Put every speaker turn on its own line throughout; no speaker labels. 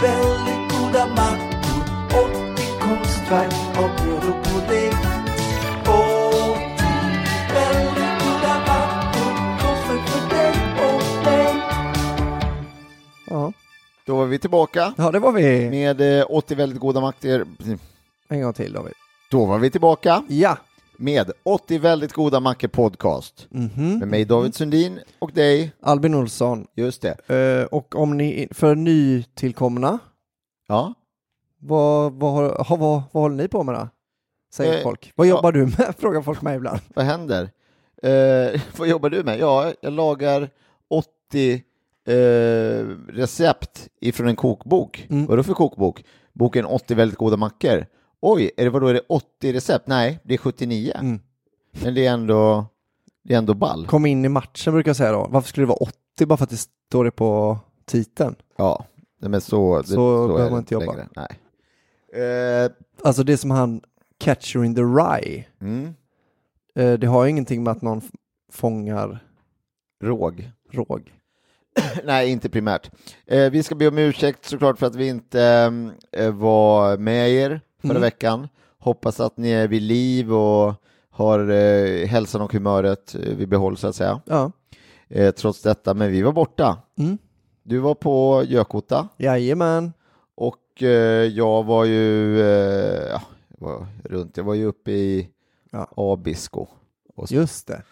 väldigt goda mackor 80 konstverk av bröd och pudding 80 väldigt goda mackor konstverk för dig och mig
Ja,
Då var vi tillbaka
ja det var vi.
med eh, 80 väldigt goda makter.
En gång till David.
Då var vi tillbaka
Ja,
med 80 väldigt goda mackor podcast.
Mhm.
Med mig David Sundin och dig,
Albin Olsson.
just det.
Eh, och om ni, för nytillkomna,
Ja,
vad, vad, har- ha, vad, vad håller ni på med då? Säger
Eh,
folk. Vad
ja.
jobbar du med? Frågar folk mig ibland.
vad händer? Eh, vad jobbar du med? Ja, jag lagar 80 eh, recept ifrån en kokbok.
Mm.
Vadå för kokbok? Boken 80 väldigt goda mackor. Oj, är det, vadå, är det 80 recept? Nej, det är 79.
Mm.
Men det är ändå, det är ändå ball.
Kom in i matchen brukar jag säga då. Varför skulle det vara 80 bara för att det står det på titeln?
Ja, nej, men så, det,
Så
är
behöver
det
man inte jobba.
längre. Nej. Eh,
Alltså det som han, Catcher in the Rye,
mm,
eh, det har ju ingenting med att någon f- fångar
råg.
råg.
Nej, inte primärt. Eh, vi ska be om ursäkt såklart för att vi inte eh, var med er förra
Mm.
veckan. Hoppas att ni är vid liv och har eh, hälsan och humöret eh, vid behåll så att säga.
Ja,
Eh, trots detta, men vi var borta.
Mm.
Du var på Gökota
jajamän.
och eh, jag var ju eh, ja, jag var runt, jag var ju uppe i
Ja.
Abisko. Och så.
Just det.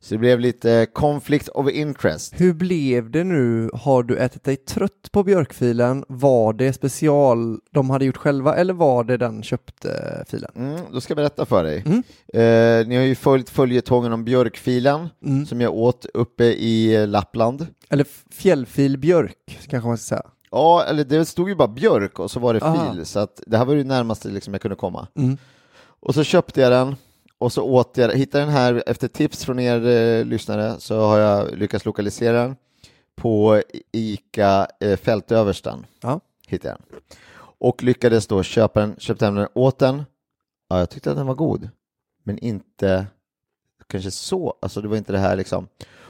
så det blev lite conflict of interest.
Hur blev det nu? Har du ätit dig trött på björkfilen? Var det special de hade gjort själva eller var det den köpte filen?
Mm, då ska jag berätta för dig. Eh, ni har ju följt följetongen om björkfilen
Mm.
som jag åt uppe i eh, Lappland.
Eller f- fjällfilbjörk kanske man ska säga.
Ja, eller det stod ju bara björk och så var det
Ah.
fil, så att det här var ju det närmaste liksom jag kunde komma. Och så köpte jag den och så åt jag hittade den här efter tips från er eh, lyssnare så har jag lyckats lokalisera den på ICA eh, Fältöverstan.
Ja.
Hittade jag den. Och lyckades då köpa den, köpte hem den, åt den. Ja, jag tyckte att den var god, men inte kanske så, alltså det var inte det här liksom.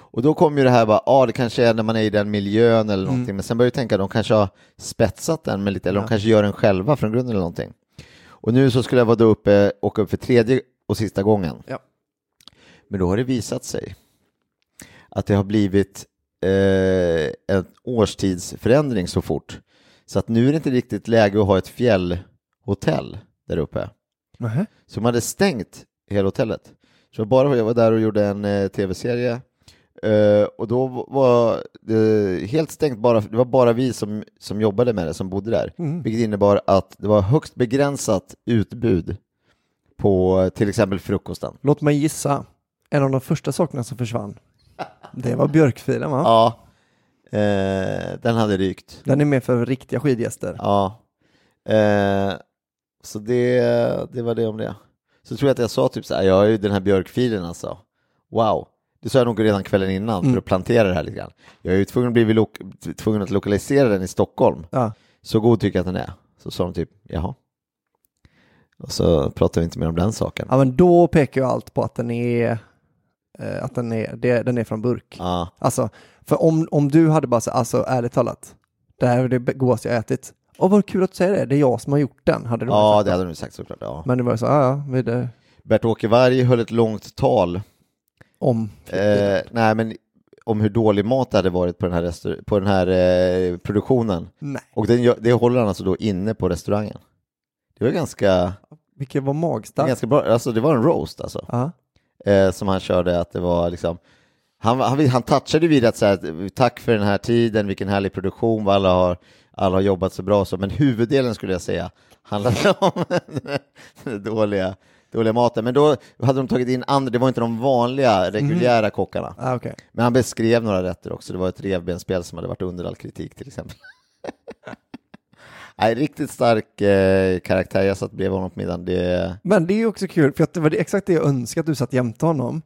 Och då kom ju det här bara, ja ah, det kanske är när man är i den miljön eller någonting, men sen började jag tänka de kanske har spetsat den med lite, eller de kanske gör den själva från grunden eller någonting. Och nu så skulle jag vara då uppe, åka upp för tredje och sista gången.
Ja.
Men då har det visat sig att det har blivit eh, en årstidsförändring så fort. Så att nu är det inte riktigt läge att ha ett fjällhotell där uppe.
Nähä.
Så de hade stängt hela hotellet. Så jag bara jag var där och gjorde en eh, tv-serie eh, och då var det helt stängt, bara, det var bara vi som, som jobbade med det, som bodde där. Vilket innebar att det var högst begränsat utbud på eh, till exempel frukosten.
Låt mig gissa. En av de första sakerna som försvann. Det var björkfilen va?
Ja, eh, den hade rykt.
Den är med för riktiga skidgäster.
Ja. Eh, så det, det var det om det. Så tror jag att jag sa typ så här, jag har ju den här björkfilen alltså. Wow, det sa jag nog redan kvällen innan
Mm.
för att plantera det här lite grann. Jag är ju tvungen att, bli lo- tvungen att lokalisera den i Stockholm.
Ja.
Så god tycker jag att den är. Så sa de typ, jaha. Och så pratar vi inte mer om den saken.
Ja men då pekar ju allt på att den är, eh, att den är, det, den är från burk.
Ja,
Alltså, för om, om du hade bara sagt, alltså ärligt talat, det här är det godaste jag ätit. Åh vad kul att du säger det, det är jag som har gjort den, hade du
ja
sagt
det
då.
hade de ju sagt såklart. Ja.
Men det var ju så, ja ja, vi det
Bert-Åke Varg höll ett långt tal
om.
Eh, nej, men om hur dålig mat det hade varit på den här, restaur- på den här eh, produktionen.
Nej,
Och den, gör- det håller han alltså då inne på restaurangen. Det var ganska,
vilket var magstarkt.
ganska bra, alltså det var en roast alltså.
Ja.
Eh, som han körde att det var liksom, han, var- han, han touchade vid att säga tack för den här tiden, vilken härlig produktion, vad alla har, alla har jobbat så bra och så, men huvuddelen skulle jag säga handlade om den dåliga, dåliga maten. Men då hade de tagit in andra, det var inte de vanliga reguljära kockarna.
Ah, okej.
Men han beskrev några rätter också. Det var ett revbensspjäll som hade varit under all kritik till exempel. Nej, riktigt stark eh, karaktär. Jag satt bredvid honom på middagen. Det...
Men det är ju också kul, för att det var det exakt det jag önskade att du satt jämte honom.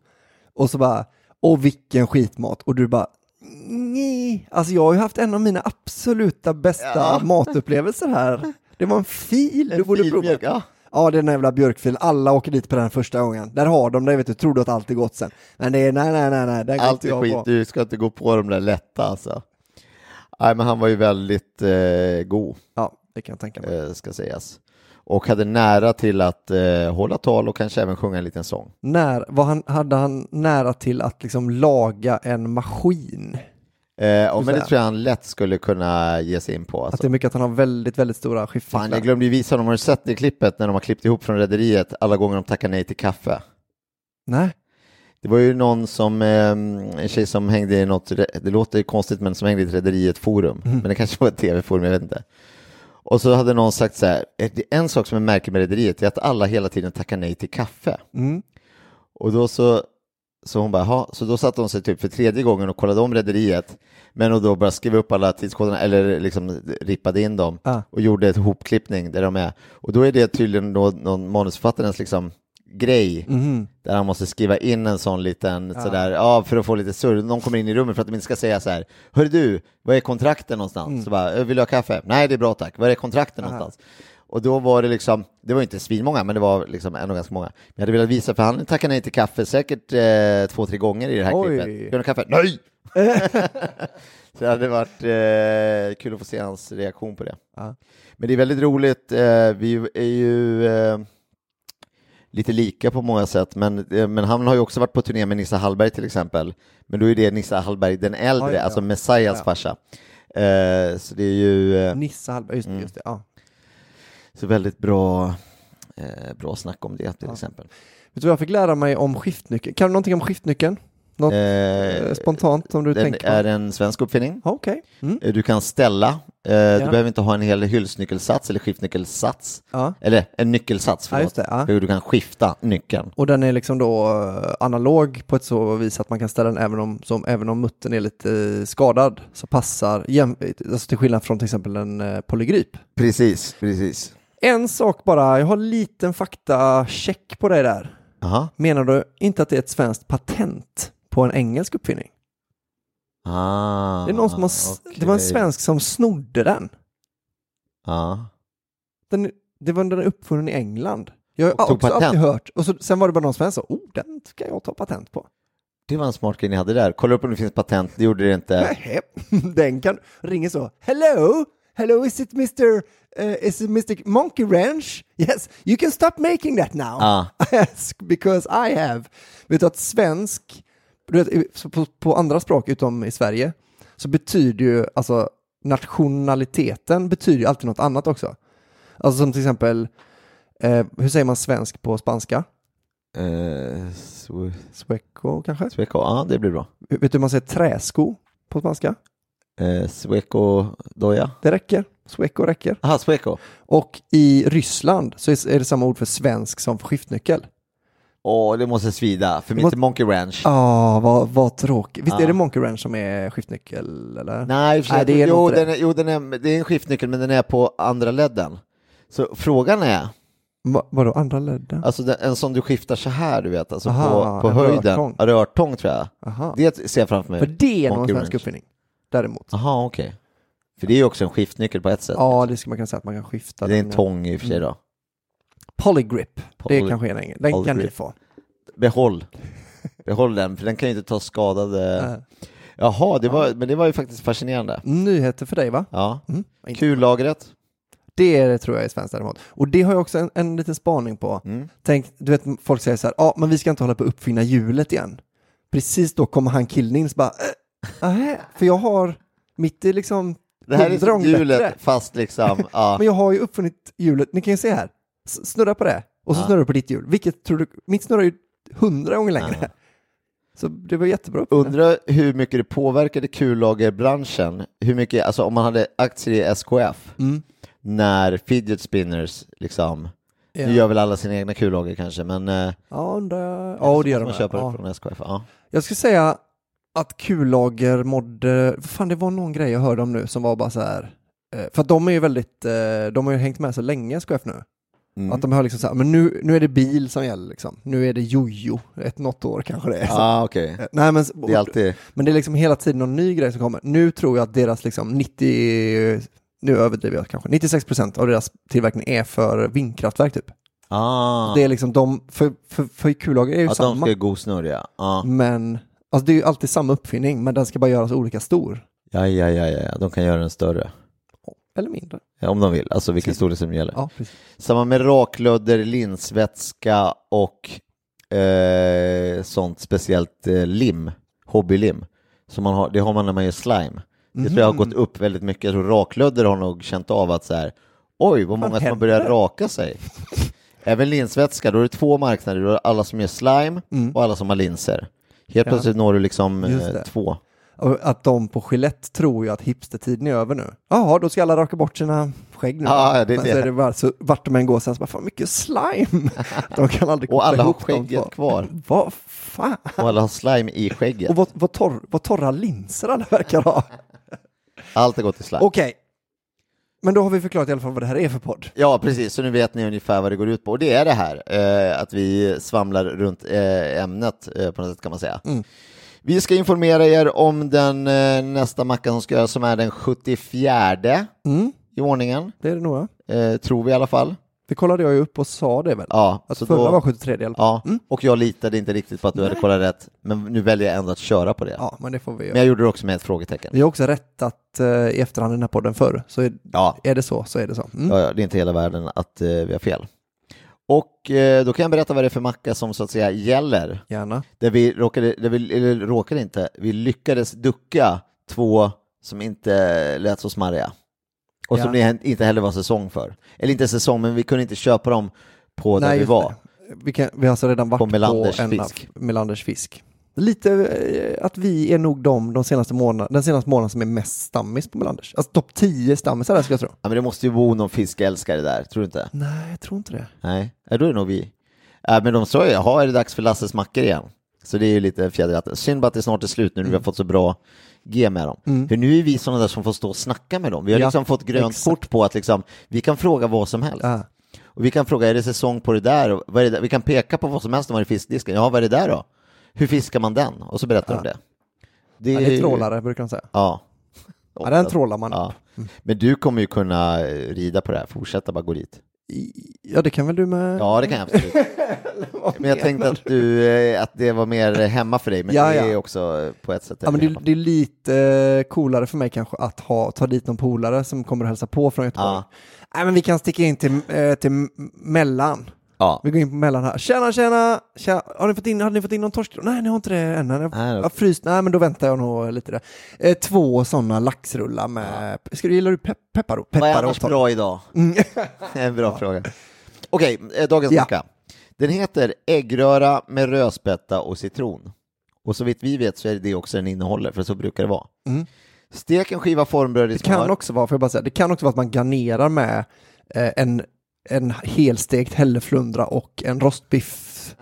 Och så bara, åh vilken skitmat. Och du bara, nej. Alltså jag har ju haft en av mina absoluta bästa
Ja.
matupplevelser här. Det var en fil du borde prova.
Filmjölk, ja.
Ja, det är den här jävla björkfilen. Alla åker dit på den första gången. Där har de dig, vet du. Tror du att allt är gott sen. Men det är nej, nej, nej, nej. Där går
Allt
inte
är
jag
skit.
på.
Du ska inte gå på de där lätta alltså. Nej, men han var ju väldigt eh, god,
Ja, det kan jag tänka mig.
eh, ska sägas. Och hade nära till att eh, hålla tal och kanske även sjunga en liten sång.
När, var han, hade han nära till att liksom laga en maskin?
Eh, och
Just
men det
det.
tror jag han lätt skulle kunna ge sig in på. Alltså.
Att det är mycket att han har väldigt, väldigt stora
Fan, jag
skiftflätor.
glömde ju visa honom. Har du sett det klippet när de har klippt ihop från Rederiet alla gånger de tackar nej till kaffe?
Nej,
Det var ju någon som, eh, en tjej som hängde i något, det låter ju konstigt men som hängde i ett Rederiet forum, men det kanske var ett tv-forum, jag vet inte. Och så hade någon sagt så här, "Eh, "Det är en sak som är märklig med Rederiet är att alla hela tiden tackar nej till kaffe.
Mm.
Och då så, så hon bara, "Jaha." så då satte hon sig typ för tredje gången och kollade om Rederiet, men och då bara skrev upp alla tidskoderna, eller liksom rippade in dem
Ah.
och gjorde ett hopklippning där de är. Och då är det tydligen då någon manusförfattarens liksom grej, där han måste skriva in en sån liten sådär, ja för att få lite surr, någon kommer in i rummet för att de inte ska säga så här, hör du, var är kontrakten någonstans? Så bara, "Ö, vill du ha kaffe? Nej det är bra tack, var är kontrakten någonstans? Och då var det liksom, det var inte svinmånga, men det var liksom ändå ganska många. Men jag hade velat visa, för han tackade nej till kaffe säkert eh, två, tre gånger i det här
Oj.
klippet. Vill du ha kaffe? Nej! så det hade varit eh, kul att få se hans reaktion på det. Men det är väldigt roligt, eh, vi är ju eh, lite lika på många sätt, men, eh, men han har ju också varit på turné med Nissa Hallberg till exempel. Men då är det Nissa Hallberg den äldre,
Ja, ja, ja.
alltså Messias
Ja.
farsa. Eh, så det är ju eh,
Nissa Hallberg, just, det, just det. Ja.
så väldigt bra, eh, bra snack om det till exempel.
Vet du vad jag fick lära mig om skiftnyckeln? Kan du någonting om skiftnyckeln? Något
Eh,
eh, spontant som du
Den
tänker på?
är en svensk uppfinning.
Ja, Okej. Mm.
Eh, Du kan ställa, eh, du behöver inte ha en hel hylsnyckelsats eller skiftnyckelsats.
Ja.
Eller en nyckelsats,
Ja, just
förlåt.
det, ja.
Hur du kan skifta nyckeln.
Och den är liksom då eh, analog på ett så vis att man kan ställa den även om, som, även om muttern är lite eh, skadad så passar, jäm, alltså till skillnad från till exempel en eh, polygryp.
Precis, precis.
En sak bara, jag har en liten faktacheck på dig där.
Aha.
Menar du inte att det är ett svenskt patent på en engelsk uppfinning?
Ah,
det, är någon som har, s- det var en
okej.
svensk som snodde den.
Ja.
den det var den är uppfunnen i England. Jag har
Och tog
också alltid
patent.
hört. Och så, sen var det bara någon svensk som sa, oh den ska jag ta patent på.
Det var en smart grej ni hade där. Kolla upp om det finns patent, det gjorde det inte.
Nähä, den kan ringa så. Hello, hello is it Mr. eh, is it Mr. Monkey Ranch? Yes, you can stop making that now.
Ah.
Ask because I have. Vet du att svensk, du vet, i- så på, på andra språk utom i Sverige, så betyder ju alltså nationaliteten betyder ju alltid något annat också. Alltså som till exempel, eh, hur säger man svensk på spanska?
Eh, Swe-
Sueco kanske?
Sweco, ja det blir bra.
Vet du hur man säger träsko på spanska?
Eh, Sweco Doja.
Det räcker. Sueco räcker.
Aha, Sweco.
Och i Ryssland så är är det samma ord för svensk som för skiftnyckel.
Åh, det måste svida. För mitt
måste-
är Monkey Ranch.
Ja, Ah, vad, vad tråkigt. Visst
Ja.
är det Monkey Ranch som är skiftnyckel eller?
Nej, i och för sig,
det är nog
jo,
inte det.
den är, jo den är, det är en skiftnyckel men den är på andra ledden. Så frågan är,
Va, vadå, andra ledden?
Alltså den, en som du skiftar så här, du vet, alltså
Aha,
på, på
en
höjden.
rörtång.
Rörtång. rörtång tror jag.
Aha.
Det ser jag framför mig.
För det är nog en
Monkey
svensk
wrench.
uppfinning. Däremot.
Jaha, okej. För det är ju också en skiftnyckel på ett sätt.
Ja, det skulle man kunna säga att man kan skifta.
det är en
den. eh,
tång i och för sig då.
Polygrip. det
Poly-
kanske är en eng- Den kan du
polygrip.
få.
Behåll. Behåll den, för den kan ju inte ta skadade...
Eh,
Jaha, det var, men det var ju faktiskt fascinerande.
nyheter för dig va?
Ja.
Mm.
Kullagret.
Det är, det tror jag är svenskt däremot. Och det har jag också en, en liten spaning på.
Mm.
Tänk, du vet folk säger så här, ja men vi ska inte hålla på att uppfinna hjulet igen. Precis då kommer han Kill-Nils bara, äh, nej, för jag har, mitt är liksom
Det här
hundra
är
gånger
hjulet
bättre.
fast liksom... Ja.
Men jag har ju uppfunnit hjulet, ni kan ju se här, S- snurra på det och så
Ja.
snurrar du på ditt hjul. Vilket tror du, mitt snurrar ju hundra gånger längre.
Ja.
Så det var jättebra uppfinning.
Undrar hur mycket det påverkade kullagerbranschen, hur mycket, alltså om man hade aktier i SKF,
Mm.
när fidget spinners liksom, nu gör väl alla sina egna kullager kanske, men eh,
Ja, undrar, ja det gör de.
man
här.
köper
Ja.
det från SKF. Ja.
Jag skulle säga att kullager modder, vad fan det var någon grej jag hörde om nu som var bara så här. eh, För att de är ju väldigt, eh, de har ju hängt med så länge SKF nu.
Mm.
Att de har liksom så här, men nu, nu är det bil som gäller liksom. Nu är det jojo, ett något år kanske det är. Så-
ah, okej.
eh, Nej, men,
Det är alltid,
men det är liksom hela tiden någon ny grej som kommer. Nu tror jag att deras liksom 90, nu överdriver jag kanske, 96% av deras tillverkning är för vindkraftverk typ.
ah,
Det är liksom de, för, för, för kullager är ju
att de
samma.
ska god snurriga. Ah.
Men alltså det är ju alltid samma uppfinning, men den ska bara göras olika stor.
Ja, ja, ja, ja, ja, de kan göra den större.
Eller mindre.
Ja, om de vill, alltså vilken storlek som gäller.
Ja, precis.
Samma med raklödder, linsvätska och eh, sånt speciellt eh, lim, hobbylim. Som man har, det har man när man gör slime. Det tror jag har
Mhm.
gått upp väldigt mycket. Jag tror raklödder har nog känt av att så här, oj vad många som har
händer?
börjat raka sig. Även linsvätska, då är det två marknader. Då är det alla som gör slime och alla som har linser. Helt plötsligt når du liksom
Mm. Just
eh,
det.
två.
Och Att de på Gillette tror ju att hipstertiden är över nu. Jaha, då ska alla raka bort sina skägg nu.
Ja, ja, det är
men
det.
Så är det bara, så vart de än går sen så bara, fan mycket slime. De kan aldrig
Och
koppla
alla har
ihop de
skägget
två.
kvar.
Vad fan?
Och alla har slime i skägget.
Och vad, vad, torr, vad torra linser alla verkar ha.
Allt har gått till slime.
Okej. Men då har vi förklarat i alla fall vad det här är för podd.
Ja, precis. Så nu vet ni ungefär vad det går ut på. Och det är det här, eh, att vi svamlar runt eh, ämnet eh, på något sätt kan man säga.
Mm.
Vi ska informera er om den eh, nästa macka som ska göras som är den 74
Mm,
i ordningen,
det är det nog. ja.
eh, tror vi i alla fall.
Det kollade jag ju upp och sa det väl?
Ja,
Att
så
förra
då-
var Mm. 73 i alla fall.
Ja, och jag litade inte riktigt på att du hade kollat rätt, men nu väljer jag ändå att köra på det.
Ja, men det Mm. får vi göra.
Men jag gjorde det också med ett frågetecken.
Vi har också rättat eh, i efterhand i den här podden förr, så är,
Ja,
är det så så är det så. Mm.
Ja, ja, det är inte hela världen att eh, vi har fel. Och eh, då kan jag berätta vad det är för macka som så att säga gäller.
Gärna.
Där vi råkade, där vi, eller råkade inte, vi lyckades ducka två som inte lät så smarriga. Och som
Ja.
det he- inte heller var säsong för. Eller inte säsong, men vi kunde inte köpa dem på där vi
just
var.
det. Vi, kan, vi har alltså redan varit på,
Melanders
en
fisk.
av Melanders fisk. Lite eh, att vi är nog de, de senaste månaderna, den senaste månaden som är mest stammis på Melanders. Alltså topp 10 stammisar där skulle jag tro.
Ja, men det måste ju bo någon fiskälskare där, tror du inte?
Nej, jag tror inte det.
Nej, ja, då är det nog vi. Äh, men de sa ju, jaha, är det dags för Lasses mackor igen? Så det är ju lite fjäder i hatten. Synd bara att det snart är slut nu när vi
Mm.
har fått så bra G med dem. För nu är vi sådana där som får stå och snacka med dem. Vi har
Ja,
liksom fått grönt
exakt.
kort på att liksom, vi kan fråga vad som helst.
Ja.
Och vi kan fråga, är det säsong på det där? Och Vad är det där? Vi kan peka på vad som helst om man är i fiskdisken. Ja, vad är det där då? Hur fiskar man den? Och så berättar de det. Det
Ja, det
ju-
är trålare brukar de säga.
Ja.
Ja, den trålar man Mm.
Ja.
upp.
Men du kommer ju kunna eh, rida på det här, fortsätta bara gå dit.
Ja, det kan väl du med?
Ja, det kan jag absolut. Men jag tänkte att, du, eh, att det var mer hemma för dig, men
Ja,
det
ja.
är också eh, på ett sätt
Ja, men det,
hemma.
det är lite eh, coolare för mig kanske att ha, ta dit någon polare som kommer och hälsa på från Göteborg.
Ja.
Nej, men vi kan sticka in till, eh, till M- Mellan.
Ja.
Vi går in på Mellan här. Tjena, tjena! tjena. Har ni fått in, hade ni fått in någon torsk? Nej, ni har inte det än. Jag,
Nej, då-
jag fryst. Nej, men då väntar jag nog lite där. Eh, två sådana laxrullar med... Ska du, gillar du pe peppar,
Vad är
peppar Mm.
annars bra idag? en bra fråga. Okej, eh, dagens
Ja.
macka. Den heter äggröra med rödspätta och citron. Och så vitt vi vet så är det det också den innehåller, för så brukar det vara. Stek en skiva formbröd i
Mm. Det kan
smör.
också vara, får jag bara säga, det kan också vara att man garnerar med eh, en, en helstekt hälleflundra och en rostbiff.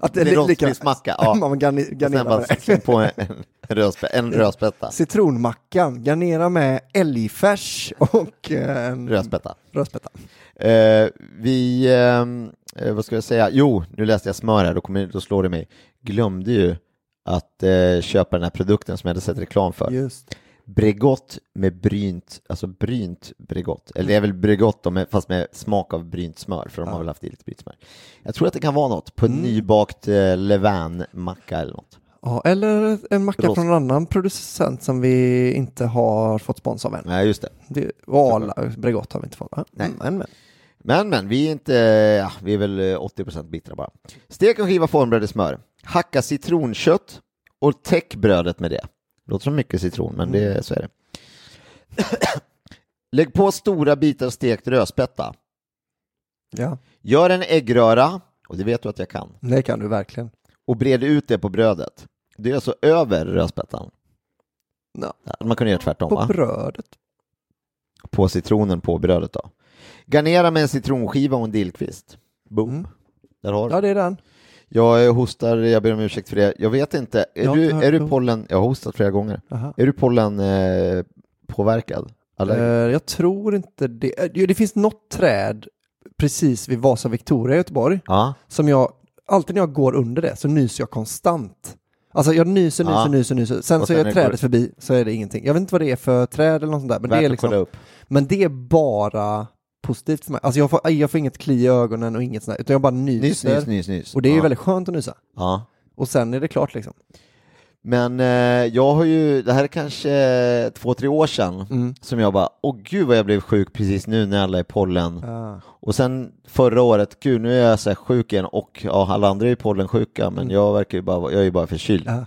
Att
Det är
li- lika-
rostbiffsmacka, ja.
Man garni-
och sen
garnerar
bara
med.
släng på en, en, Rödspe, en rödspätta.
Citronmackan, garnera med älgfärs och eh, en
Rödspätta.
rödspätta.
Eh, vi, ehm, eh, vad ska jag säga, jo, nu läste jag smör här, då, kommer, då slår det mig. Glömde ju att eh, köpa den här produkten som jag hade sett reklam för.
Just.
Bregott med brynt, alltså brynt Bregott. Eller det är väl Bregott då, med- fast med smak av brynt smör, för de har väl haft i lite brynt smör. Jag tror att det kan vara något på en nybakt eh, levain-macka eller något.
Ja, eller en macka
Rost.
från en annan producent som vi inte har fått spons av än.
Nej, just det.
Det, och Arla, Bregott har vi inte fått va? Mm.
Nej.
men, men.
Men men, vi är inte, ja, vi är väl eh, 80% bittra bara. Stek och skiva formbröd i smör. Hacka citronkött och täck brödet med det. Låter som mycket citron, men
Mm.
det, så är det. Lägg på stora bitar stekt rödspätta.
Ja,
Gör en äggröra, och det vet du att jag kan,
det kan du verkligen.
och bred ut det på brödet. Det är alltså över rödspättan.
Ja.
Man kunde göra tvärtom,
På
va?
brödet.
På citronen på brödet då. Garnera med en citronskiva och en dillkvist. Boom.
Mm.
Där har du.
Ja, det är den.
Jag eh, hostar, jag ber om ursäkt för det. Jag vet inte, är,
Jag har
du,
inte hört
är du
något.
pollen, jag har hostat flera gånger,
Aha.
är du pollen eh, påverkad?
Eh,
Allergisk?
jag tror inte det. eh, jo, Det finns något träd precis vid Vasa Victoria i Göteborg
Ja,
som jag, alltid när jag går under det så nyser jag konstant. Alltså jag nyser, nyser,
Ja.
nyser, nyser. Sen
Ah. Och
så
sen
är
när det
trädet
går-
förbi så är det ingenting. Jag vet inte vad det är för träd eller något sånt där. Men,
värt
det är,
att kolla
liksom,
upp.
men det är bara positivt för mig. Alltså jag får, jag får inget kli i ögonen och inget sånt där, utan jag bara nyser.
Nys, nys, nys, nys.
Och det är
ja.
ju väldigt skönt att nysa.
Ja.
Och sen är det klart liksom.
Men eh, jag har ju, det här är kanske eh, två, tre år sedan,
Mm.
som jag bara, åh gud vad jag blev sjuk precis nu när alla är pollen. Och sen förra året, gud nu är jag så här sjuk igen och ja, alla andra är ju pollensjuka men jag verkar ju bara, vara- jag är ju bara förkyld.
Mm. Ja.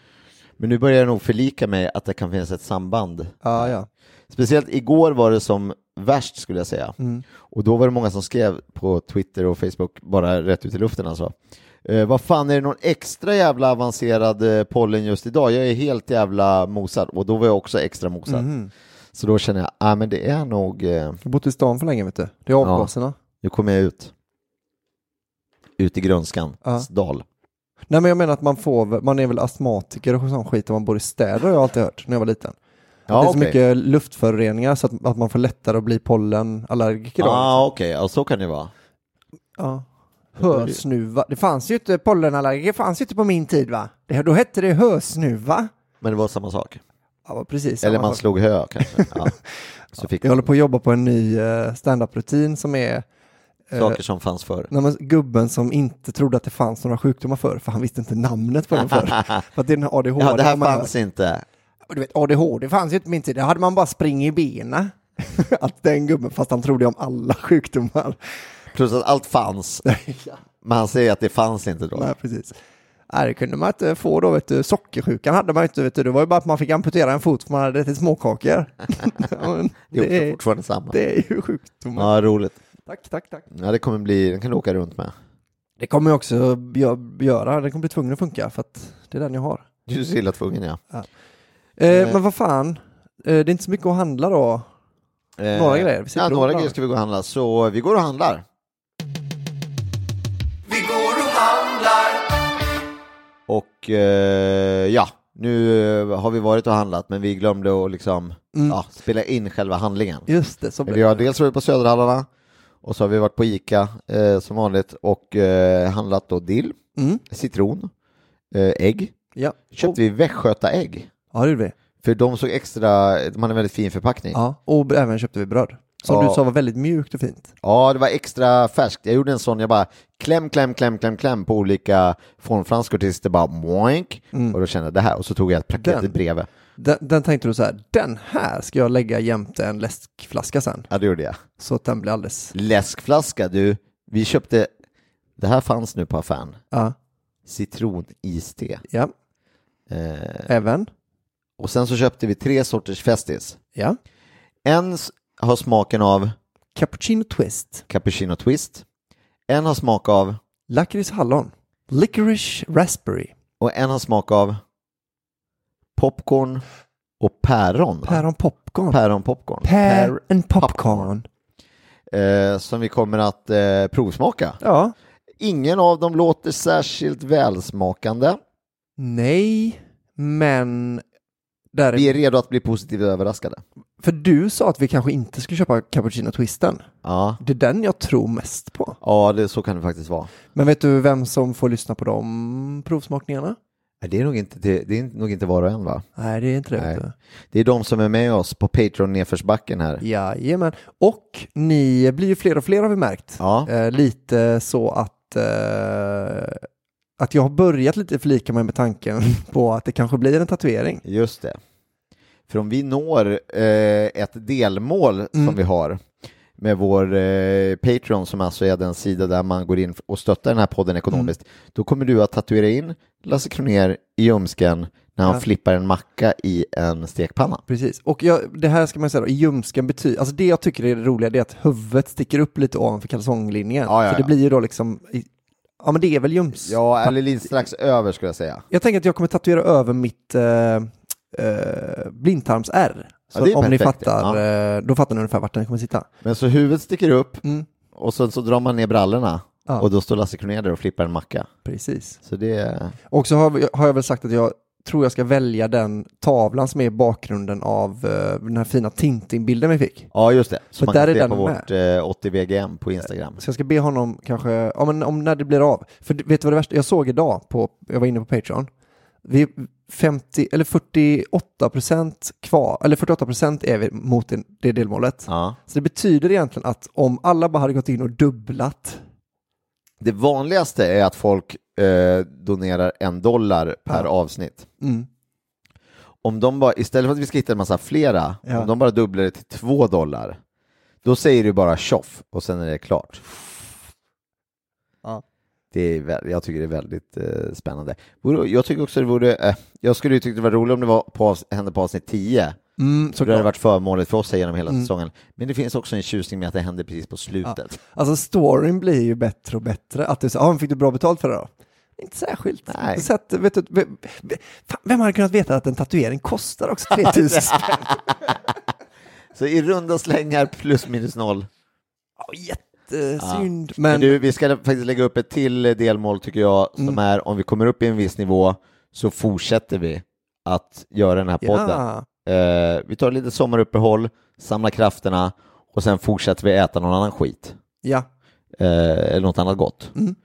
Men nu börjar jag nog förlika mig att det kan finnas ett samband.
Ja, Ah, ja.
Speciellt igår var det som värst skulle jag säga.
Mm,
Och då var det många som skrev på Twitter och Facebook, bara rätt ut i luften alltså. Eh, vad fan, är det någon extra jävla avancerad eh, pollen just idag? Jag är helt jävla mosad. Och då var jag också extra mosad.
Mhm.
Så då känner jag, ah, men det är nog, eh,
Jag har bott i stan för länge vet du. Det är avgaserna.
nu kommer jag ut. Ut i grönskans
Ja.
dal.
Nej men jag menar att man får, väl- man är väl astmatiker och sån skit om man bor i städer har jag alltid hört när jag var liten.
Ja,
det är så
okej.
mycket luftföroreningar så att, att man får lättare att bli pollenallergiker då.
ah, okej, ja, så kan det vara.
Ja. Hösnuva, det fanns ju inte pollenallergiker, fanns ju inte på min tid va? Det, då hette det hösnuva.
Men det var samma sak.
Ja precis.
Eller
samma
man
sak.
slog hö kanske. Ja. Så fick
Jag håller på att jobba på en ny eh, standup-rutin som är
saker som fanns förr.
Nej, men gubben som inte trodde att det fanns några sjukdomar förr, för han visste inte namnet på dem förr. för att det är den här ADHD.
Ja, det här
man-
fanns inte.
Och du vet, ADHD fanns ju inte på min tid, då hade man bara spring i benen. att den gubben, fast han trodde ju om alla sjukdomar.
Plus att allt fanns. Men han säger att det fanns inte då.
Nej, precis. Nej, det kunde man inte få då, vet du. Sockersjukan hade man ju inte, vet du. Det var ju bara att man fick amputera en fot för man hade ätit småkakor. Ja, men
det är också
det, är,
fortfarande samma.
det är ju sjukdomar.
Ja, roligt.
Tack, tack, tack.
Ja, det kommer bli, den kan du åka runt med.
Det kommer jag också gö- göra, det kommer bli tvungen att funka, för att det är den jag har.
Du är så illa tvungen ja.
Eh, men vad fan, eh, det är inte så mycket att handla då.
Eh,
Några grejer. Vi sitter
ja,
och
några
handlar.
grejer ska vi gå och handla. Så eh, vi går och handlar.
Vi går och handlar.
Och eh, ja, nu eh, har vi varit och handlat men vi glömde att liksom,
Mm.
ja, spela in själva handlingen.
Just det, så
Vi har dels varit på Söderhallarna och så har vi varit på Ica eh, som vanligt och eh, handlat då dill,
Mm. Oh.
citron, eh, ägg.
Ja.
Köpte vi västgötaägg.
Ja, det gjorde vi.
För de såg extra, de hade en väldigt fin förpackning. Ja.
Ja, och även köpte vi bröd. Som
Ja.
du sa var väldigt mjukt och fint.
det var extra färskt. Jag gjorde en sån, jag bara kläm, kläm, kläm, kläm, kläm på olika formfranskor tills det bara moink. Och då kände jag det här och så tog jag ett
Mm. Den.
paket bredvid.
Den, den tänkte du så här, den här ska jag lägga jämte en läskflaska sen.
Ja, det gjorde jag.
Så att den blir alldeles...
Läskflaska, du. Vi köpte, det här fanns nu på affären,
Ja,
citroniste.
ja.
Eh,
även.
och sen så köpte vi tre sorters Festis.
Ja.
En s- har smaken av
Cappuccino twist.
cappuccino twist. En har smak av,
Lakrits hallon. Licorice raspberry.
och en har smak av popcorn och päron. va?
Päron popcorn.
Päron popcorn.
Pear and popcorn.
Eh, som vi kommer att eh, provsmaka.
Ja.
Ingen av dem låter särskilt välsmakande.
Nej, men Där,
Vi är redo att bli positivt överraskade.
För du sa att vi kanske inte skulle köpa cappuccino twisten.
Ja,
Det är den jag tror mest på.
ja det, så kan det faktiskt vara.
Men vet du vem som får lyssna på de provsmakningarna?
Nej, Det är nog inte, det, det är nog inte var och en va?
Nej, det är inte det.
Nej.
vet du.
Det är de som är med oss på Patreon nedförsbacken här.
Jajamän. Och ni blir ju fler och fler har vi märkt.
Ja.
Eh, lite så att, eh, att jag har börjat lite förlika mig med tanken på att det kanske blir en tatuering.
Just det. För om vi når eh, ett delmål som vi har med vår eh, Patreon som alltså är den sida där man går in och stöttar den här podden ekonomiskt, då kommer du att tatuera in Lasse Kronér i ljumsken när han
Ja.
flippar en macka i en stekpanna.
Precis, och jag, det här ska man säga då, ljumsken betyder, alltså det jag tycker är det roliga det är att huvudet sticker upp lite ovanför kalsonglinjen.
Ja, ja,
Så det
ja.
blir ju då liksom, i- ja men det är väl ljums.
Ja, eller lite strax över skulle jag säga.
Jag tänker att jag kommer tatuera över mitt eh, eh, blindtarms-R. Så
Ja, det är
om ni
perfekt,
fattar, eh, då fattar ni ungefär vart den kommer sitta.
Men så huvudet sticker upp
Mm.
och sen så drar man ner brallorna
Ja.
och då står Lasse Kronér där och flippar en macka.
Precis.
Så det är...
Och så har, vi- har jag väl sagt att jag tror jag ska välja den tavlan som är i bakgrunden av eh, den här fina Tintin-bilden vi fick.
Ja, just det. Så
Men
man
där är
kan se
den
på
med.
vårt eh, 80 VGM på Instagram.
Så jag ska be honom kanske, ja, men om när det blir av. För det- vet du vad det värsta, jag såg idag, på, jag var inne på Patreon, vi 50, eller 48 procent kvar, eller 48 procent är vi mot det- det delmålet.
Ja.
Så det betyder egentligen att om alla bara hade gått in och dubblat,
Det vanligaste är att folk eh, donerar en dollar per
Ja.
avsnitt.
mm,
Om de bara, istället för att vi ska hitta en massa flera,
Ja.
om de bara dubblar det till två dollar, då säger du bara tjoff och sen är det klart.
Ja.
Det är, vä- jag tycker det är väldigt eh, spännande. Vore- Jag tycker också det vore, eh, jag skulle ju tycka det var roligt om det var på, avs- hände på avsnitt 10.
mm,
Så det
såklart.
hade
Mm.
varit förmånligt för oss här genom hela säsongen. Men det finns också en tjusning med att det händer precis på slutet.
Alltså storyn blir ju bättre och bättre. Att du säger, ah, men fick du bra betalt för det då? Inte särskilt.
Nej.
Så att, vet du, vem, fan, vem hade kunnat veta att en tatuering kostar också 3000 spänn?
Så i runda slängar plus minus noll.
Ja, Jättesynd.
Men,
Men,
du, vi ska faktiskt lägga upp ett till delmål tycker jag, som
Mm.
är om vi kommer upp i en viss nivå så fortsätter vi att göra den här podden.
ja,
Eh, vi tar lite sommaruppehåll, samlar krafterna och sen fortsätter vi äta någon annan skit.
ja,
Eh, eller något annat gott.
Mm.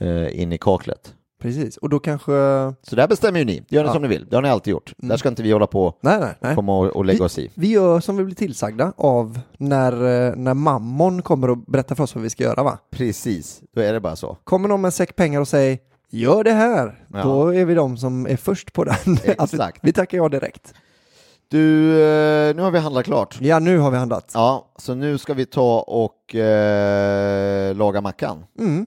Eh, in i kaklet.
precis. Och då kanske,
Så där bestämmer ju ni, gör ni
Ja.
som ni vill, det har ni alltid gjort. Där ska inte vi hålla på
nej, nej, nej.
och komma och, och lägga oss i.
Vi gör som vi blir tillsagda av när, eh, när mammon kommer och berättar för oss vad vi ska göra va?
Precis, då är det bara så.
Kommer någon med en säck pengar och säger gör det här,
Ja.
då är vi de som är först på den. Att vi,
Exakt.
vi tackar ja direkt.
Du, eh, nu har vi handlat klart.
Ja, nu har vi handlat.
Ja, så nu ska vi ta och eh, laga mackan.
Mm.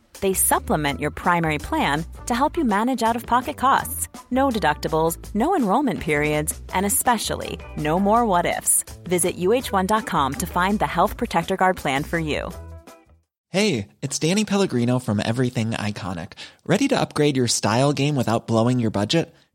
They supplement your primary plan to help you manage out of pocket costs. No deductibles, no enrollment periods, and especially no more what ifs. Visit uh1.com to find the Health Protector Guard plan for you.
Hey, it's Danny Pellegrino from Everything Iconic. Ready to upgrade your style game without blowing your budget?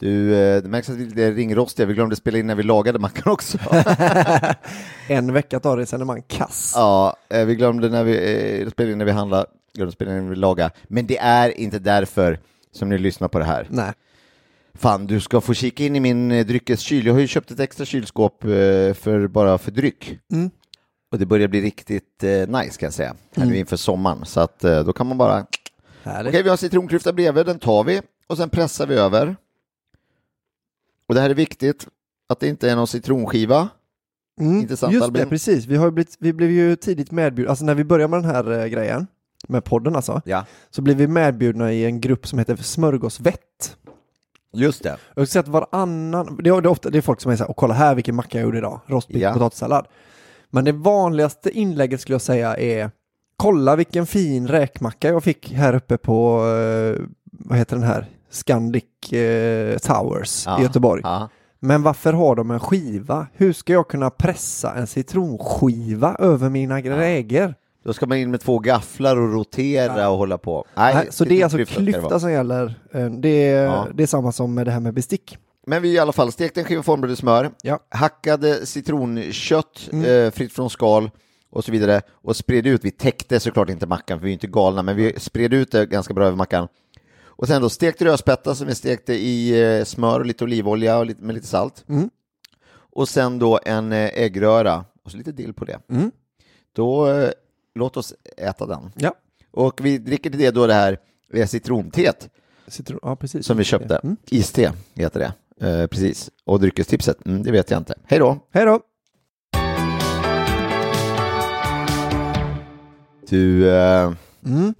Du, eh, det märks att vi är lite ringrostiga, vi glömde spela in när vi lagade mackan också.
En vecka tar det, sen är man kass.
ja, eh, vi glömde när vi eh, spelade in när vi handlade, glömde spela in när vi lagade. Men det är inte därför som ni lyssnar på det här.
Nej.
Fan, du ska få kika in i min eh, dryckeskyl. Jag har ju köpt ett extra kylskåp eh, för, bara för dryck.
Mm.
Och det börjar bli riktigt eh, nice kan jag säga, här nu inför sommaren. Så att eh, då kan man bara, okej
Härligt.
vi har citronklyfta bredvid, den tar vi och sen pressar vi över. Och det här är viktigt, att det inte är någon citronskiva.
Mm,
Intressant,
Just
Albin.
det, precis. Vi, har ju blivit, vi blev ju tidigt medbjudna, alltså när vi började med den här eh, grejen, med podden alltså,
Ja,
så blev vi medbjudna i en grupp som heter Smörgåsvett.
just det.
Jag har sett varannan, det är, det är ofta det är folk som är så här, och kolla här vilken macka jag gjorde idag, rostbiff
Ja.
potatissallad. Men det vanligaste inlägget skulle jag säga är, kolla vilken fin räkmacka jag fick här uppe på, eh, vad heter den här, Scandic eh, Towers
Ja.
i Göteborg.
Ja.
Men varför har de en skiva? Hur ska jag kunna pressa en citronskiva över mina gräger?
Då ska man in med två gafflar och rotera och hålla på. Nej,
Nej, så det är alltså
citronklyfta ska det vara.
klyfta som gäller. Eh, Det är,
Ja.
det är samma som med det här med bestick.
Men vi i alla fall stekte en skiva formbröd i smör,
Ja.
hackade citronkött eh, fritt från skal och så vidare och spred ut, vi täckte såklart inte mackan för vi är inte galna, men vi spred ut det ganska bra över mackan. Och sen då stekt rödspätta som vi stekte i eh, smör och lite olivolja och lite, med lite salt. Och sen då en eh, äggröra och så lite dill på det.
Mm,
Då, eh, låt oss äta den.
Ja,
Och vi dricker till det då det här eh, citronteet
Citron, ja precis.
som vi köpte. Mm. Iste heter det. Eh, precis. Och dryckestipset, mm, det vet jag inte. Hej då!
Hej då!
Du, eh,
Mm.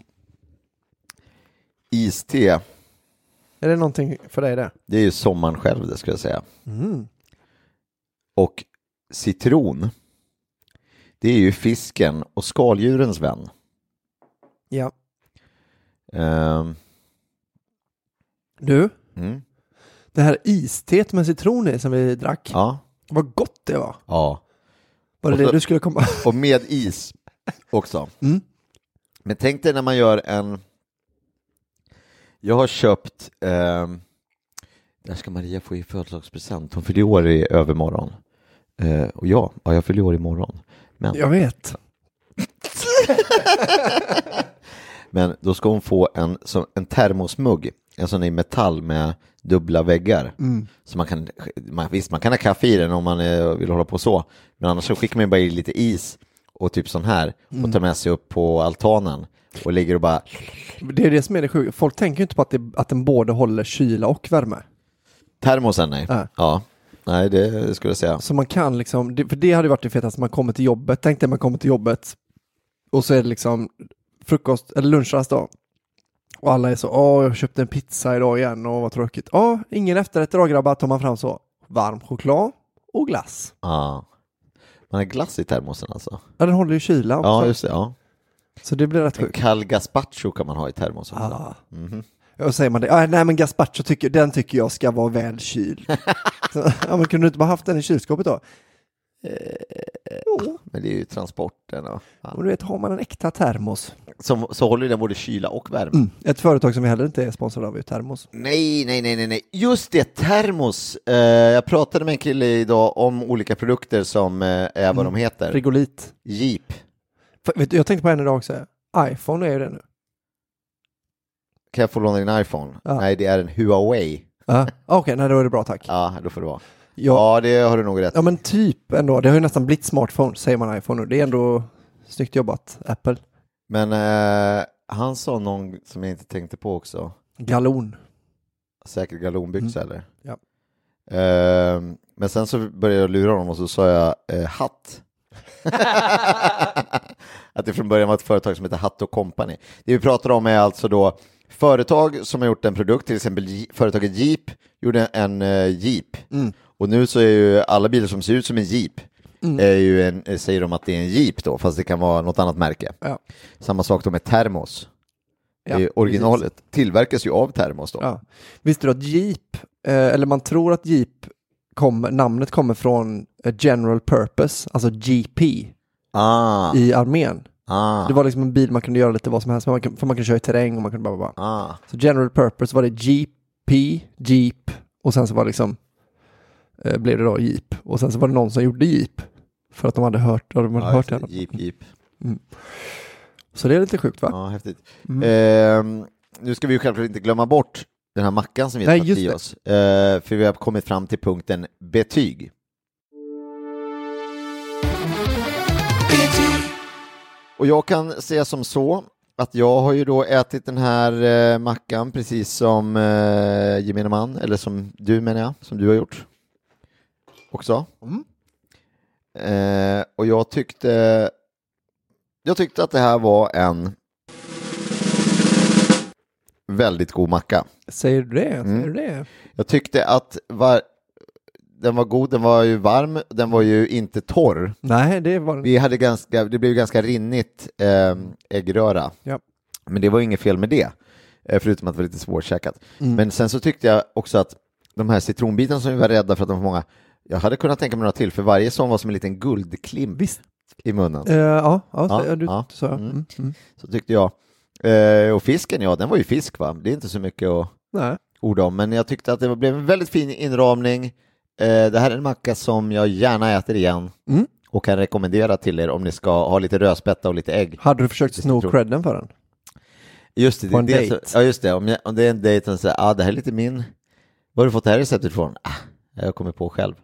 iste,
Är det någonting för dig där?
det är ju sommaren själv det skulle jag säga.
Mm.
Och citron, det är ju fisken och skaldjurens vän.
Ja.
Eh,
Du,
mm,
det här isteet med citron i som vi drack,
ja,
vad gott det var!
ja.
Var
Och
det
så-
det du skulle komma?
Och med is också.
Mm.
Men tänk dig när man gör en... Jag har köpt... Eh... Där ska Maria få i födelsedagspresent. Hon fyller ju år i övermorgon. Eh, och ja, ja, jag fyller ju år imorgon. Men,
Jag vet.
men då ska hon få en, som, en termosmugg. En sån i metall med dubbla väggar. Så man kan, man, visst, man kan ha kaffe i den om man eh, vill hålla på så. Men annars så skickar man ju bara i lite is och typ sån här. Och tar med sig upp på altanen. Och ligger och bara...
Det är det som är det sjuka. Folk tänker ju inte på att, det, att den både håller kyla och värme.
Termosen nej.
Ja.
Ja. Nej, det skulle jag säga.
Så man kan liksom, det- för det hade ju varit det fetaste, man kommer till jobbet, tänk dig man kommer till jobbet och så är det liksom frukost, eller lunchrast då. Och alla är så, åh jag köpte en pizza idag igen, och vad tråkigt. Ja, ingen efterrätt idag grabbar, tar man fram så, varm choklad och glass.
Ja. Man har glass i termosen alltså?
Ja, den håller ju kyla också. Typ.
Ja, just det. Ja.
Så det blir rätt
En
sjukt.
kall gazpacho kan man ha i termosen. alltså.
Ah.
Mhm.
Och säger man det, "Ah, nej men gazpacho tycker, den tycker jag ska vara väl kyld. så, ja men kunde du inte bara haft den i kylskåpet då? Jo,
Men det är ju transporten och... Ja.
men du vet har man en äkta termos.
Som, så håller ju den både kyla och värme.
Ett företag som vi heller inte är sponsrade av är ju Termos.
Nej, nej, nej, nej, nej. Just det, termos. Eh, jag pratade med en kille idag om olika produkter som eh, är
Mm.
vad de heter.
Frigolit.
Jeep.
F- Vet du, jag tänkte på en idag också. iPhone är ju det nu.
Kan jag få låna din iPhone?
Ja.
Nej, det är en Huawei.
Ja. Ah, Okej, nej då är det bra tack. Ja.
Ja, då får det vara.
Ja,
Ja, det har du nog rätt i.
men typ ändå. Det har ju nästan blivit smartphone, säger man iPhone nu. Det är ändå snyggt jobbat, Apple.
Men eh, han sa någon som jag inte tänkte på också.
Galon.
Säkert galonbyxa eller?
Mm. Ja.
Ehm, men sen så började jag lura honom och så sa jag eh, hatt. att det från början var ett företag som heter Hatt och Company. Det vi pratar om är alltså då företag som har gjort en produkt, till exempel Je- företaget Jeep gjorde en eh, Jeep.
Mm.
Och nu så är ju alla bilar som ser ut som en Jeep,
Mm.
är ju en, eh, säger de att det är en Jeep då, fast det kan vara något annat märke.
Ja.
Samma sak då med termos.
Ja,
det är originalet tillverkas ju av termos då.
Ja. Visste du att Jeep, eh, eller man tror att Jeep, kom, namnet kommer från eh, General Purpose, alltså GP,
Ah,
i armén.
ah,
Det var liksom en bil man kunde göra lite vad som helst med, man kunde- för man kunde köra i terräng och man kunde bara... bara.
ah.
Så general purpose var det GP, Jeep Och sen så var det liksom, eh, blev det då Jeep. Och sen så var det någon som gjorde Jeep. För att de hade hört, de hade
Ja,
hört det.
häftigt. Jeep, jeep.
Så det är lite sjukt va? Mm.
Ja, häftigt. Ehm, nu ska vi ju självklart inte glömma bort den här mackan som vi
Nej,
har
just
tagit i
det.
oss. Ehm, för vi har kommit fram till punkten betyg. Och jag kan säga som så att jag har ju då ätit den här eh, mackan precis som eh, gemene man, eller som du menar jag, som du har gjort också.
Mm.
Eh, och jag tyckte, jag tyckte att det här var en väldigt god macka.
Säger du det?
mm.
Säger du det?
Jag tyckte att var, den var god, den var ju varm, den var ju inte torr.
Nej, det var
Vi hade ganska, det blev ganska rinnigt eh, äggröra.
Ja.
Men det var inget fel med det, eh, förutom att det var lite svårkäkat.
Mm.
Men sen så tyckte jag också att de här citronbitarna som vi var rädda för att de var för många, jag hade kunnat tänka mig några till, för varje sån var som en liten guldklimp i munnen.
Eh, ja, ja, så-
Ja,
ja, du
ja.
sa jag.
Mm.
Mm. Mm.
Så tyckte jag. Eh, och fisken, ja, den var ju fisk va, det är inte så mycket att
Nej.
orda om, men jag tyckte att det blev en väldigt fin inramning. Eh, det här är en macka som jag gärna äter igen
Mm.
och kan rekommendera till er om ni ska ha lite rödspätta och lite ägg.
Hade du försökt sno
Citron.
credden för den?
Just det,
På
det,
en
det
dejt.
så, ja, just det. Om, jag, om det är en dejt och säger, ah, det här är lite min, var har du fått det här receptet ifrån? Ah, jag kommer på själv.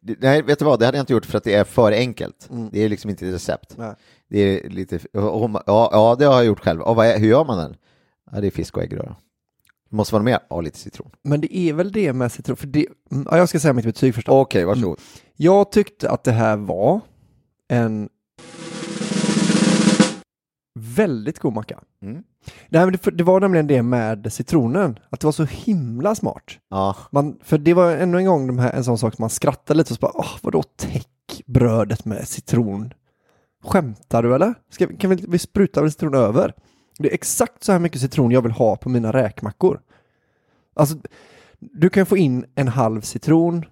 Det, nej, vet du vad, det hade jag inte gjort för att det är för enkelt. Det är liksom inte ett recept.
Nej.
Det är lite, om, ja, ja, det har jag gjort själv. Ah, vad är, hur gör man den? Ja, det är fisk och äggröra. Det måste vara mer? Ja, lite citron.
Men det är väl det med citron, för det, mm, ja, jag ska säga mitt betyg först.
Okej, varsågod.
Jag tyckte att det här var en väldigt god macka.
Mm.
Det, här, det, det var nämligen det med citronen, att det var så himla smart.
Ja,
Man, för det var ännu en gång de här, en sån sak som man skrattade lite och så bara, åh, vadå täck brödet med citron? Skämtar du eller? Ska, vi- kan vi, vi spruta väl citron över? Det är exakt så här mycket citron jag vill ha på mina räkmackor. Alltså, du kan få in en halv citron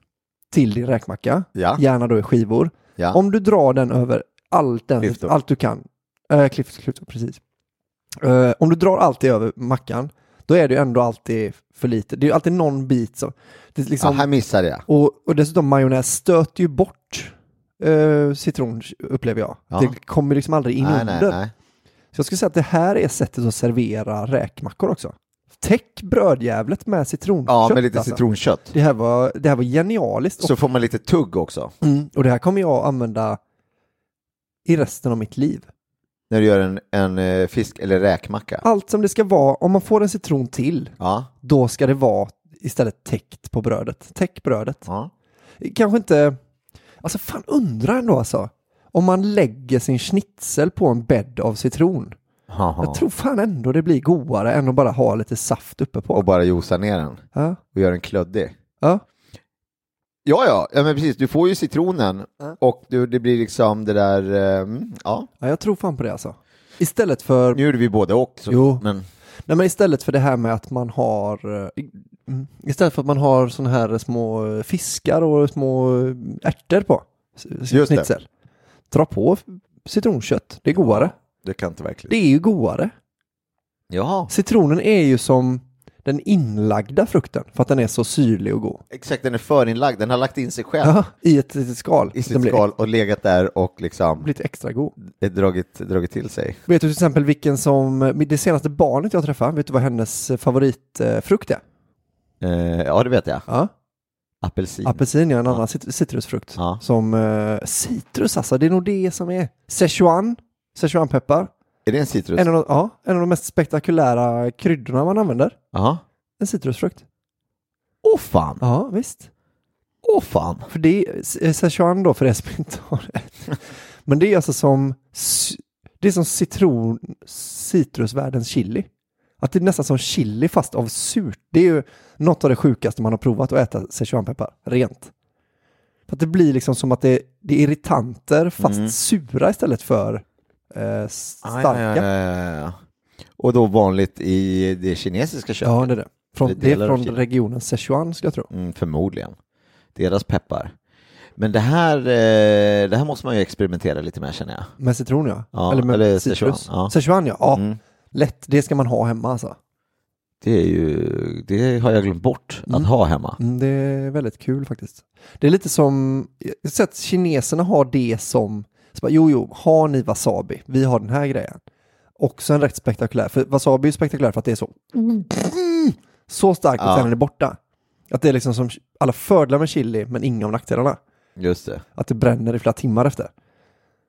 till din räkmacka,
Ja.
gärna då i skivor.
ja.
Om du drar den över allt, den,
Klyftor.
allt du kan, äh, klyftor, klyftor, precis. Eh, om du drar allt det över mackan, då är det ju ändå alltid för lite. Det är ju alltid någon bit som... Det är
ja
liksom,
här missade jag.
och, och dessutom majonnäs stöter ju bort eh, citron, upplever jag.
Ja.
Det kommer liksom aldrig in
Nej,
under.
nej, nej.
Så jag skulle säga att det här är sättet att servera räkmackor också. Täck brödjävlet med citronkött.
Ja, med lite
alltså.
citronkött.
Det här var, det här var genialiskt.
Så får man lite tugg också
Mm, och det här kommer jag använda i resten av mitt liv.
när du gör en, en eh, fisk eller räkmacka.
Allt som det ska vara, om man får en citron till,
Ja,
då ska det vara istället täckt på brödet. Täck brödet.
ja.
Kanske inte... Alltså fan undrar ändå alltså. Om man lägger sin schnitzel på en bädd av citron. Jag tror fan ändå det blir godare än att bara ha lite saft uppe på.
och bara josa ner den
Ja,
och göra den klöddig.
ja.
Ja, ja, ja men precis. Du får ju citronen och du, det blir liksom det där, eh, mm, ja,
ja, jag tror fan på det alltså. Istället för...
nu gjorde vi både och. Så,
Jo.
Men,
Nej men istället för det här med att man har eh, mm, Istället för att man har såna här små eh, fiskar och små eh, ärtor på s- s-
Just det.
Snitsel Dra på f- citronkött, det är godare.
det kan inte verkligen.
Det är ju godare.
Jaha,
Citronen är ju som den inlagda frukten för att den är så syrlig och god.
exakt, den är förinlagd, den har lagt in sig själv
Ja, I ett litet skal.
i sitt
den blir,
skal och legat där och liksom
blivit extra god.
eh, dragit, dragit till sig.
Vet du till exempel vilken som, eh, det senaste barnet jag träffade, vet du vad hennes eh, favoritfrukt är?
Eh, ja, det vet jag.
Ja.
Apelsin.
Apelsin ja, en annan cit- citrusfrukt.
Ja.
Som eh, citrus alltså, det är nog det som är. Szechuan, Szechuanpeppar.
är det en citrus?
En av, de, ja, en av de mest spektakulära kryddorna man använder.
Jaha.
En citrusfrukt.
Åh fan,
Ja, visst.
åh fan.
För det är Szechuan då för er som inte har det. Men det är alltså som, c- det är som citron, citrusvärldens chili. Att det är nästan som chili fast av surt. Det är ju något av det sjukaste man har provat att äta Szechuanpeppar, rent. För att det blir liksom som att det, det är irritanter fast
Mm.
sura istället för eh, starka.
Ja, ja, ja, ja, ja. Och då vanligt i det kinesiska köket,
Ja, det är det. Från,
Det
det, är
är delar av
från
chili.
regionen Szechuan ska jag tro.
mm, förmodligen. Deras peppar. Men det här, eh, det här måste man ju experimentera lite med känner jag.
Med citron ja.
Ja,
eller med
eller
citrus.
Szechuan, ja.
Szechuan ja. ja.
Mm.
Lätt, det ska man ha hemma alltså.
Det, är ju, det har jag glömt bort
Mm.
att ha hemma.
Mm, det är väldigt kul faktiskt. Det är lite som, jag har sett kineserna har det som, så bara, jo jo, har ni wasabi? Vi har den här grejen. Också en rätt spektakulär, för wasabi är ju spektakulär för att det är så, så starkt och
Ja.
sen är det borta. Att det är liksom som alla fördelar med chili, men inga av nackdelarna.
Just det.
Att det bränner i flera timmar efter.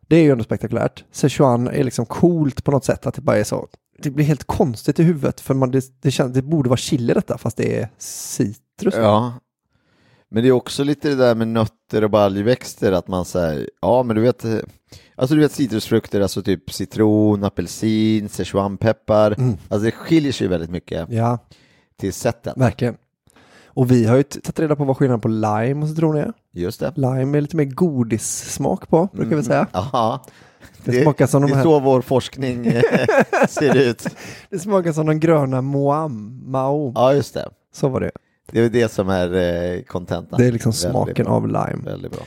Det är ju ändå spektakulärt. Sichuan är liksom coolt på något sätt, att det bara är så, det blir helt konstigt i huvudet, för man, det, det, känns, det borde vara chili detta, fast det är citrus.
Ja. Men det är också lite det där med nötter och baljväxter att man säger, ja men du vet, eh, alltså du vet citrusfrukter, alltså typ citron, apelsin, szechuanpeppar,
Mm.
alltså det skiljer sig väldigt mycket
ja.
till sättet.
Verkligen. Och vi har ju t- tagit reda på vad skillnaden på lime och citron är.
Just det.
Lime är lite mer godissmak på, brukar
Mm.
vi säga.
Ja,
Det, smakar som
det
de
är
här,
så vår forskning eh, ser ut.
det smakar som de gröna Moam, Mao.
Ja, just det.
Så var det.
Det är det som är eh, kontentan.
Det är liksom
Väldigt
smaken
bra.
av lime.
Väldigt bra.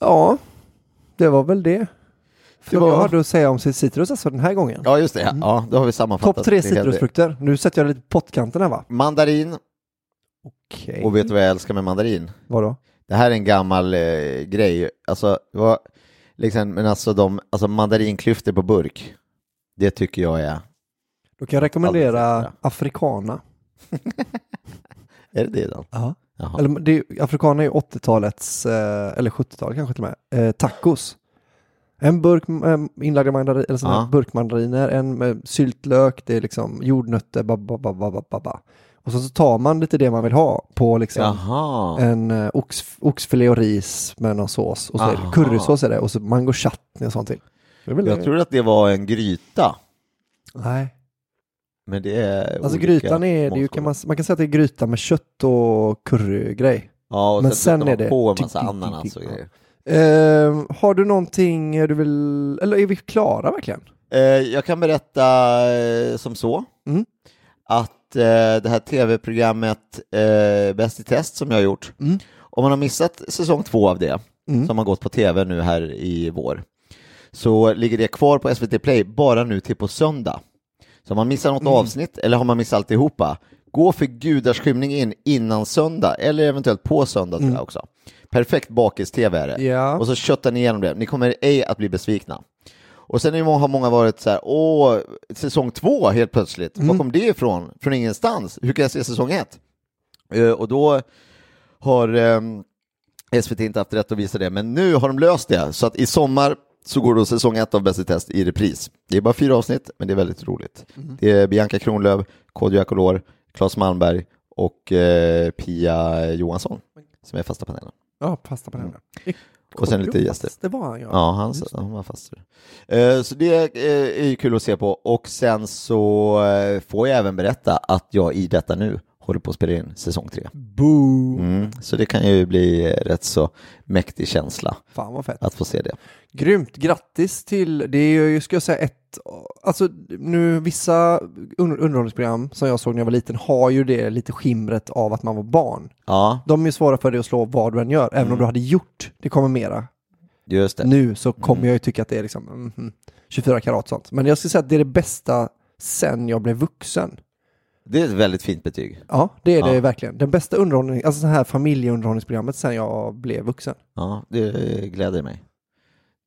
Ja, det var väl det. Som
var-
jag hade att säga om sitt citrus alltså den här gången.
Ja, just det. Ja, Ja, då har vi sammanfattat.
Mm. Topp tre
Det är helt-
citrusfrukter. Nu sätter jag lite på pottkanten här va?
Mandarin,
Okej.
och vet du vad jag älskar med mandarin?
Vadå?
Det här är en gammal eh, grej, alltså, det var, liksom, men alltså, de, alltså mandarinklyftor på burk, det tycker jag är,
Då kan jag rekommendera
Aldrig
afrikana.
är det det då?
Aha.
Jaha.
Eller, det, är- afrikaner är ju 80-talets, eh, eller 70-talet kanske till och med, eh, tacos. En burk eh, inlagda mandarin, eller såna
Ja.
här burkmandariner, en med syltlök, det är liksom jordnötter, ba, ba, ba, ba, ba, ba, ba. Och så, så tar man lite det man vill ha på liksom
Jaha,
en eh, ox, oxfilé och ris med någon sås. Och så är det
Aha.
currysås är det, och så mango chutney och sånt till. Det är väl
jag
det.
trodde att det var en gryta,
Nej,
men det är
alltså
olika
grytan är, det är ju, kan
måttskillnad.
man, man kan säga att det är gryta med kött och currygrej.
Ja, och
men
men
sen
sen man
är det-
på en
tick,
massa
tick, tick,
ananas
tick,
och
ja.
grejer.
Eh, har du någonting du vill, eller är vi klara verkligen?
Eh, jag kan berätta eh, som så,
Mm.
att eh, det här tv-programmet eh, Bäst i test som jag har gjort,
Mm.
om man har missat säsong två av det,
Mm.
som har gått på tv nu här i vår, så ligger det kvar på SVT Play bara nu till på söndag. Så om man missar
Mm.
något avsnitt eller har man missat alltihopa, gå för gudars skymning in innan söndag eller eventuellt på söndag tror jag också. Perfekt bakis-tv är det.
Mm. Ja.
Och så köttar ni igenom det. Ni kommer ej att bli besvikna. Och sen är det många- har många varit så här, åh, säsong två helt plötsligt,
Mm.
var kom det ifrån? Från ingenstans? Hur kan jag se säsong ett? Eh, och då har ehm, SVT inte haft rätt att visa det, men nu har de löst det. Så att i sommar så går då säsong ett av Bäst i test i repris. Det är bara fyra avsnitt, men det är väldigt roligt.
Mm.
Det är Bianca Kronlöf, Kodjo Akolor, Claes Malmberg och eh, Pia Johansson som är fasta panelen.
Ja, pasta på henne.
Och sen lite
Jo,
gäster.
Det var han ja.
Ja, han,
Just det.
han var fast. Eh, Så det eh, är ju kul att se på och sen så eh, får jag även berätta att jag i detta nu håller på att spela in säsong tre.
Boom!
Mm. Så det kan ju bli eh, rätt så mäktig känsla
Fan vad fett.
att få se det.
Grymt, grattis till, det är ju, ska jag säga ett, alltså nu vissa under, underhållningsprogram som jag såg när jag var liten har ju det lite skimret av att man var barn.
Ja,
De är ju svåra för dig att slå vad du än gör, även om du hade gjort, det kommer mera.
just det.
Nu så kommer jag ju tycka att det är liksom mhm, 24 karat sånt. Men jag skulle säga att det är det bästa sen jag blev vuxen.
Det är ett väldigt fint betyg.
Ja, det är det
Ja.
verkligen. Den bästa underhållning, alltså så här familjeunderhållningsprogrammet sen jag blev vuxen.
Ja, det eh, gläder mig.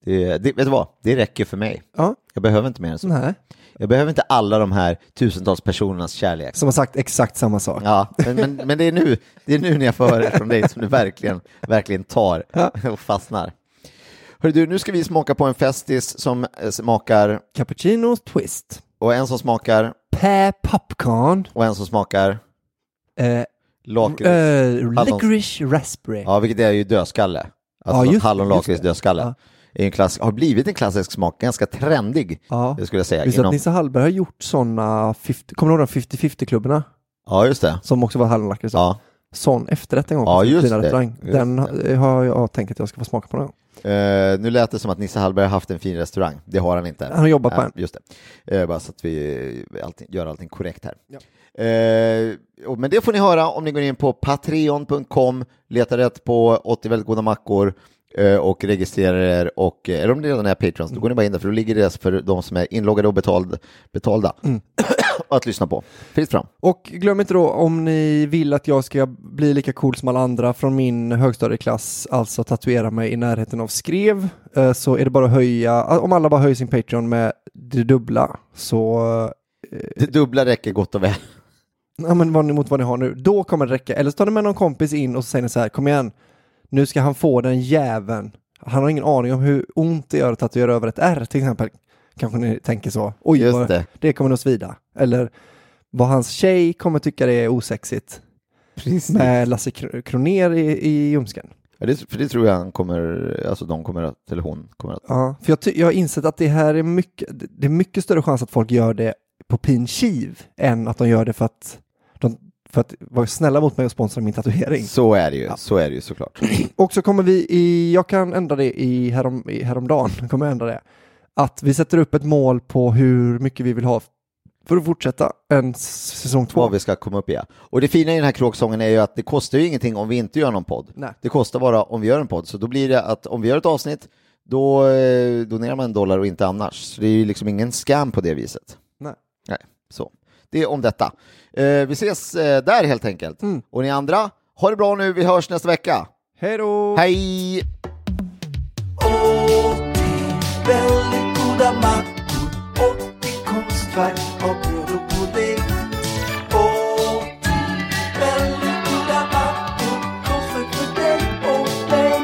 Det, det, vet du vad? Det räcker för mig.
Ja,
Jag behöver inte mer än
sån
så.
här.
Jag behöver inte alla de här tusentals personernas kärlek.
Som har sagt exakt samma sak.
Ja, men, men, men det, är nu, det är nu när jag får höra det från dig som du verkligen, verkligen tar och fastnar. Hörru du, nu ska vi smaka på en festis som eh, smakar,
Cappuccino twist.
och en som smakar,
Pear popcorn.
och en som smakar
Eh,
lakrits.
eh,
Hallons.
licorice raspberry.
Ja, vilket är ju dödskalle.
Ja,
Alltså
just det,
hallon,
just
lakrits,
det.
dödskalle.
Ja.
Är en klass, har blivit en klassisk smak, ganska trendig,
Ja.
det skulle jag säga.
Visst att
inom-
Nisse Hallberg har gjort sådana, 50, kommer du ihåg de 50-50-klubbarna?
Ja, just det.
Som också var hallonlakrits.
Ja.
Sån efterrätt en gång.
Ja,
på
just
Fina
det.
Restaurang.
Just
Den
det.
har jag tänkt att jag ska få smaka på någon gång.
Eh, nu lät det som att Nisse Hallberg har haft en fin restaurang. Det har han inte.
Han har jobbat på
Nej,
en.
Just det. Eh, bara så att vi eh, allting, gör allting korrekt här. Eh, och, men det får ni höra om ni går in på patreon.com, letar rätt på 80 väldigt goda mackor eh, och registrerar er. Och, eh, eller
Mm. Mm.
om ni redan är patrons, då går ni bara in där för då ligger det för de som är inloggade och betald, betalda. att lyssna på. Fritt fram.
Och glöm inte då om ni vill att jag ska bli lika cool som alla andra från min högstadieklass, alltså tatuera mig i närheten av skrev, eh, så är det bara att höja, eh, om alla bara höjer sin Patreon med det dubbla, så eh,
Det dubbla räcker gott och väl.
ja, men vad, ni- mot vad ni har nu, då kommer det räcka. Eller så tar ni med någon kompis in och så säger ni så här, kom igen, nu ska han få den jäveln. Han har ingen aning om hur ont det gör att tatuera över ett R till exempel. Kanske ni tänker så. Oj,
Just
vad,
det.
det kommer nog svida. Eller vad hans tjej kommer tycka det är osexigt.
Precis.
med Lasse Kr- Kroner i, i ljumsken.
Ja, det, för det tror jag han kommer, alltså de kommer att, eller hon kommer att.
Ja, för jag, ty- jag har insett att det här är mycket, det är mycket större chans att folk gör det på pin kiv än att de gör det för att, de, för att vara snälla mot mig och sponsra min tatuering.
Så är det ju,
Ja.
så är det ju såklart.
Och så kommer vi i, jag kan ändra det i, härom, i häromdagen, Jag kommer ändra det, att vi sätter upp ett mål på hur mycket vi vill ha för att fortsätta en s- säsong två.
Vad vi ska komma upp i. ja. Och det fina i den här kråksången är ju att det kostar ju ingenting om vi inte gör någon podd.
Nej.
Det kostar bara om vi gör en podd. Så då blir det att om vi gör ett avsnitt, då eh, donerar man en dollar och inte annars. Så det är ju liksom ingen scam på det viset.
Nej.
Nej, så. Det är om detta. Eh, vi ses eh, där helt enkelt.
Mm.
Och ni andra, ha det bra nu, vi hörs nästa vecka.
Hej då!
Hej!
väldigt goda mackor och till konstverk av bröd och pudding. Och till väldigt goda mackor, konstverk för dig och mig.